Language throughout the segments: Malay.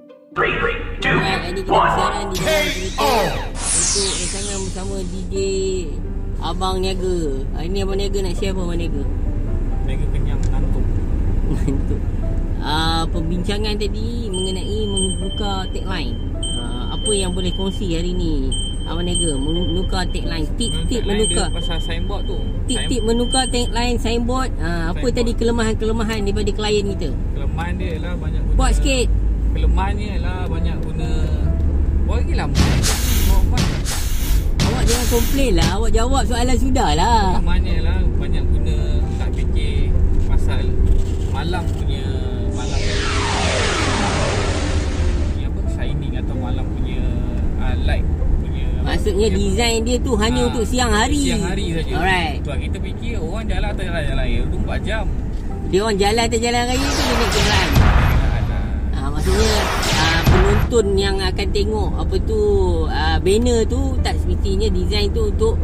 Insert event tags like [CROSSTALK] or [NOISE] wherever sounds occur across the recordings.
3, 2, 1. Ah, Ini kita bersiaran di dalam kereta Untuk bersama bersama DJ Abang Niaga ah, Ini Abang Niaga nak share apa Abang Niaga? Mereka kenyang ngantuk Untuk ah, Pembincangan tadi mengenai menukar tagline ah, Apa yang boleh kongsi hari ni Abang Niaga menukar tagline Tip-tip Tagline menukar dia Pasal signboard tu Tip-tip Sign- menukar tagline signboard ah, Apa Signboard. tadi kelemahan-kelemahan daripada klien kita Kelemahan dia ialah banyak guna Buat sikit Kelemahannya ialah banyak guna Buat lagi lah mic. Buat mic. Awak jangan komplain lah Awak jawab soalan sudah lah Kelemahannya ialah banyak guna Tak fikir pasal Malam punya Malam punya apa Shining atau malam punya uh, Light punya apa, Maksudnya punya- design dia tu hanya Ah, untuk siang hari. Siang hari saja Alright. Tuan kita fikir orang jalan atau jalan jalan Ya tu 4 jam Dia orang jalan atas jalan raya tu dia naik kenderaan. Jalan lah Ha, maksudnya ah, penonton yang akan tengok apa tu ah, banner tu tak semestinya design tu untuk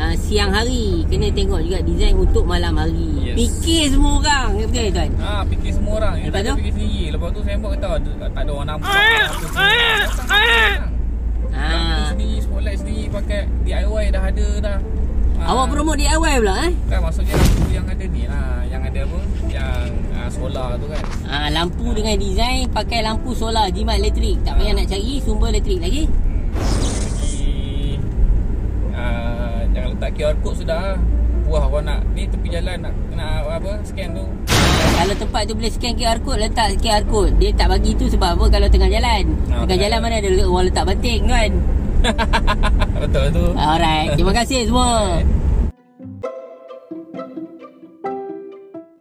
ah, siang hari. Kena tengok juga design untuk malam hari. Yes. Fikir semua orang. Ya, Betul tuan? Ha, fikir semua orang. Yang Lepas tak ada tu? fikir sendiri. Lepas tu sembok kata tak, tak ada orang nampak. Ha. Ha. sendiri, spotlight sendiri pakai DIY dah ada dah. Ha. Awak promote DIY pula eh? Kan maksudnya lampu yang ada ni lah. Yang ada apa? Yang uh, solar tu kan. Ha, lampu dengan design pakai lampu solar jimat elektrik. Tak Ah. payah nak cari sumber elektrik lagi. Hmm. Lagi, ah, jangan letak QR code sudah. Wah, kau nak ni tepi jalan nak kena ah, apa scan tu. [LAUGHS] Kalau tempat tu boleh scan QR code Letak QR code Dia tak bagi tu sebab apa Kalau tengah jalan Ah, Tengah betul. jalan mana ada orang letak banting kan Betul tu. Ah. Alright Terima kasih semua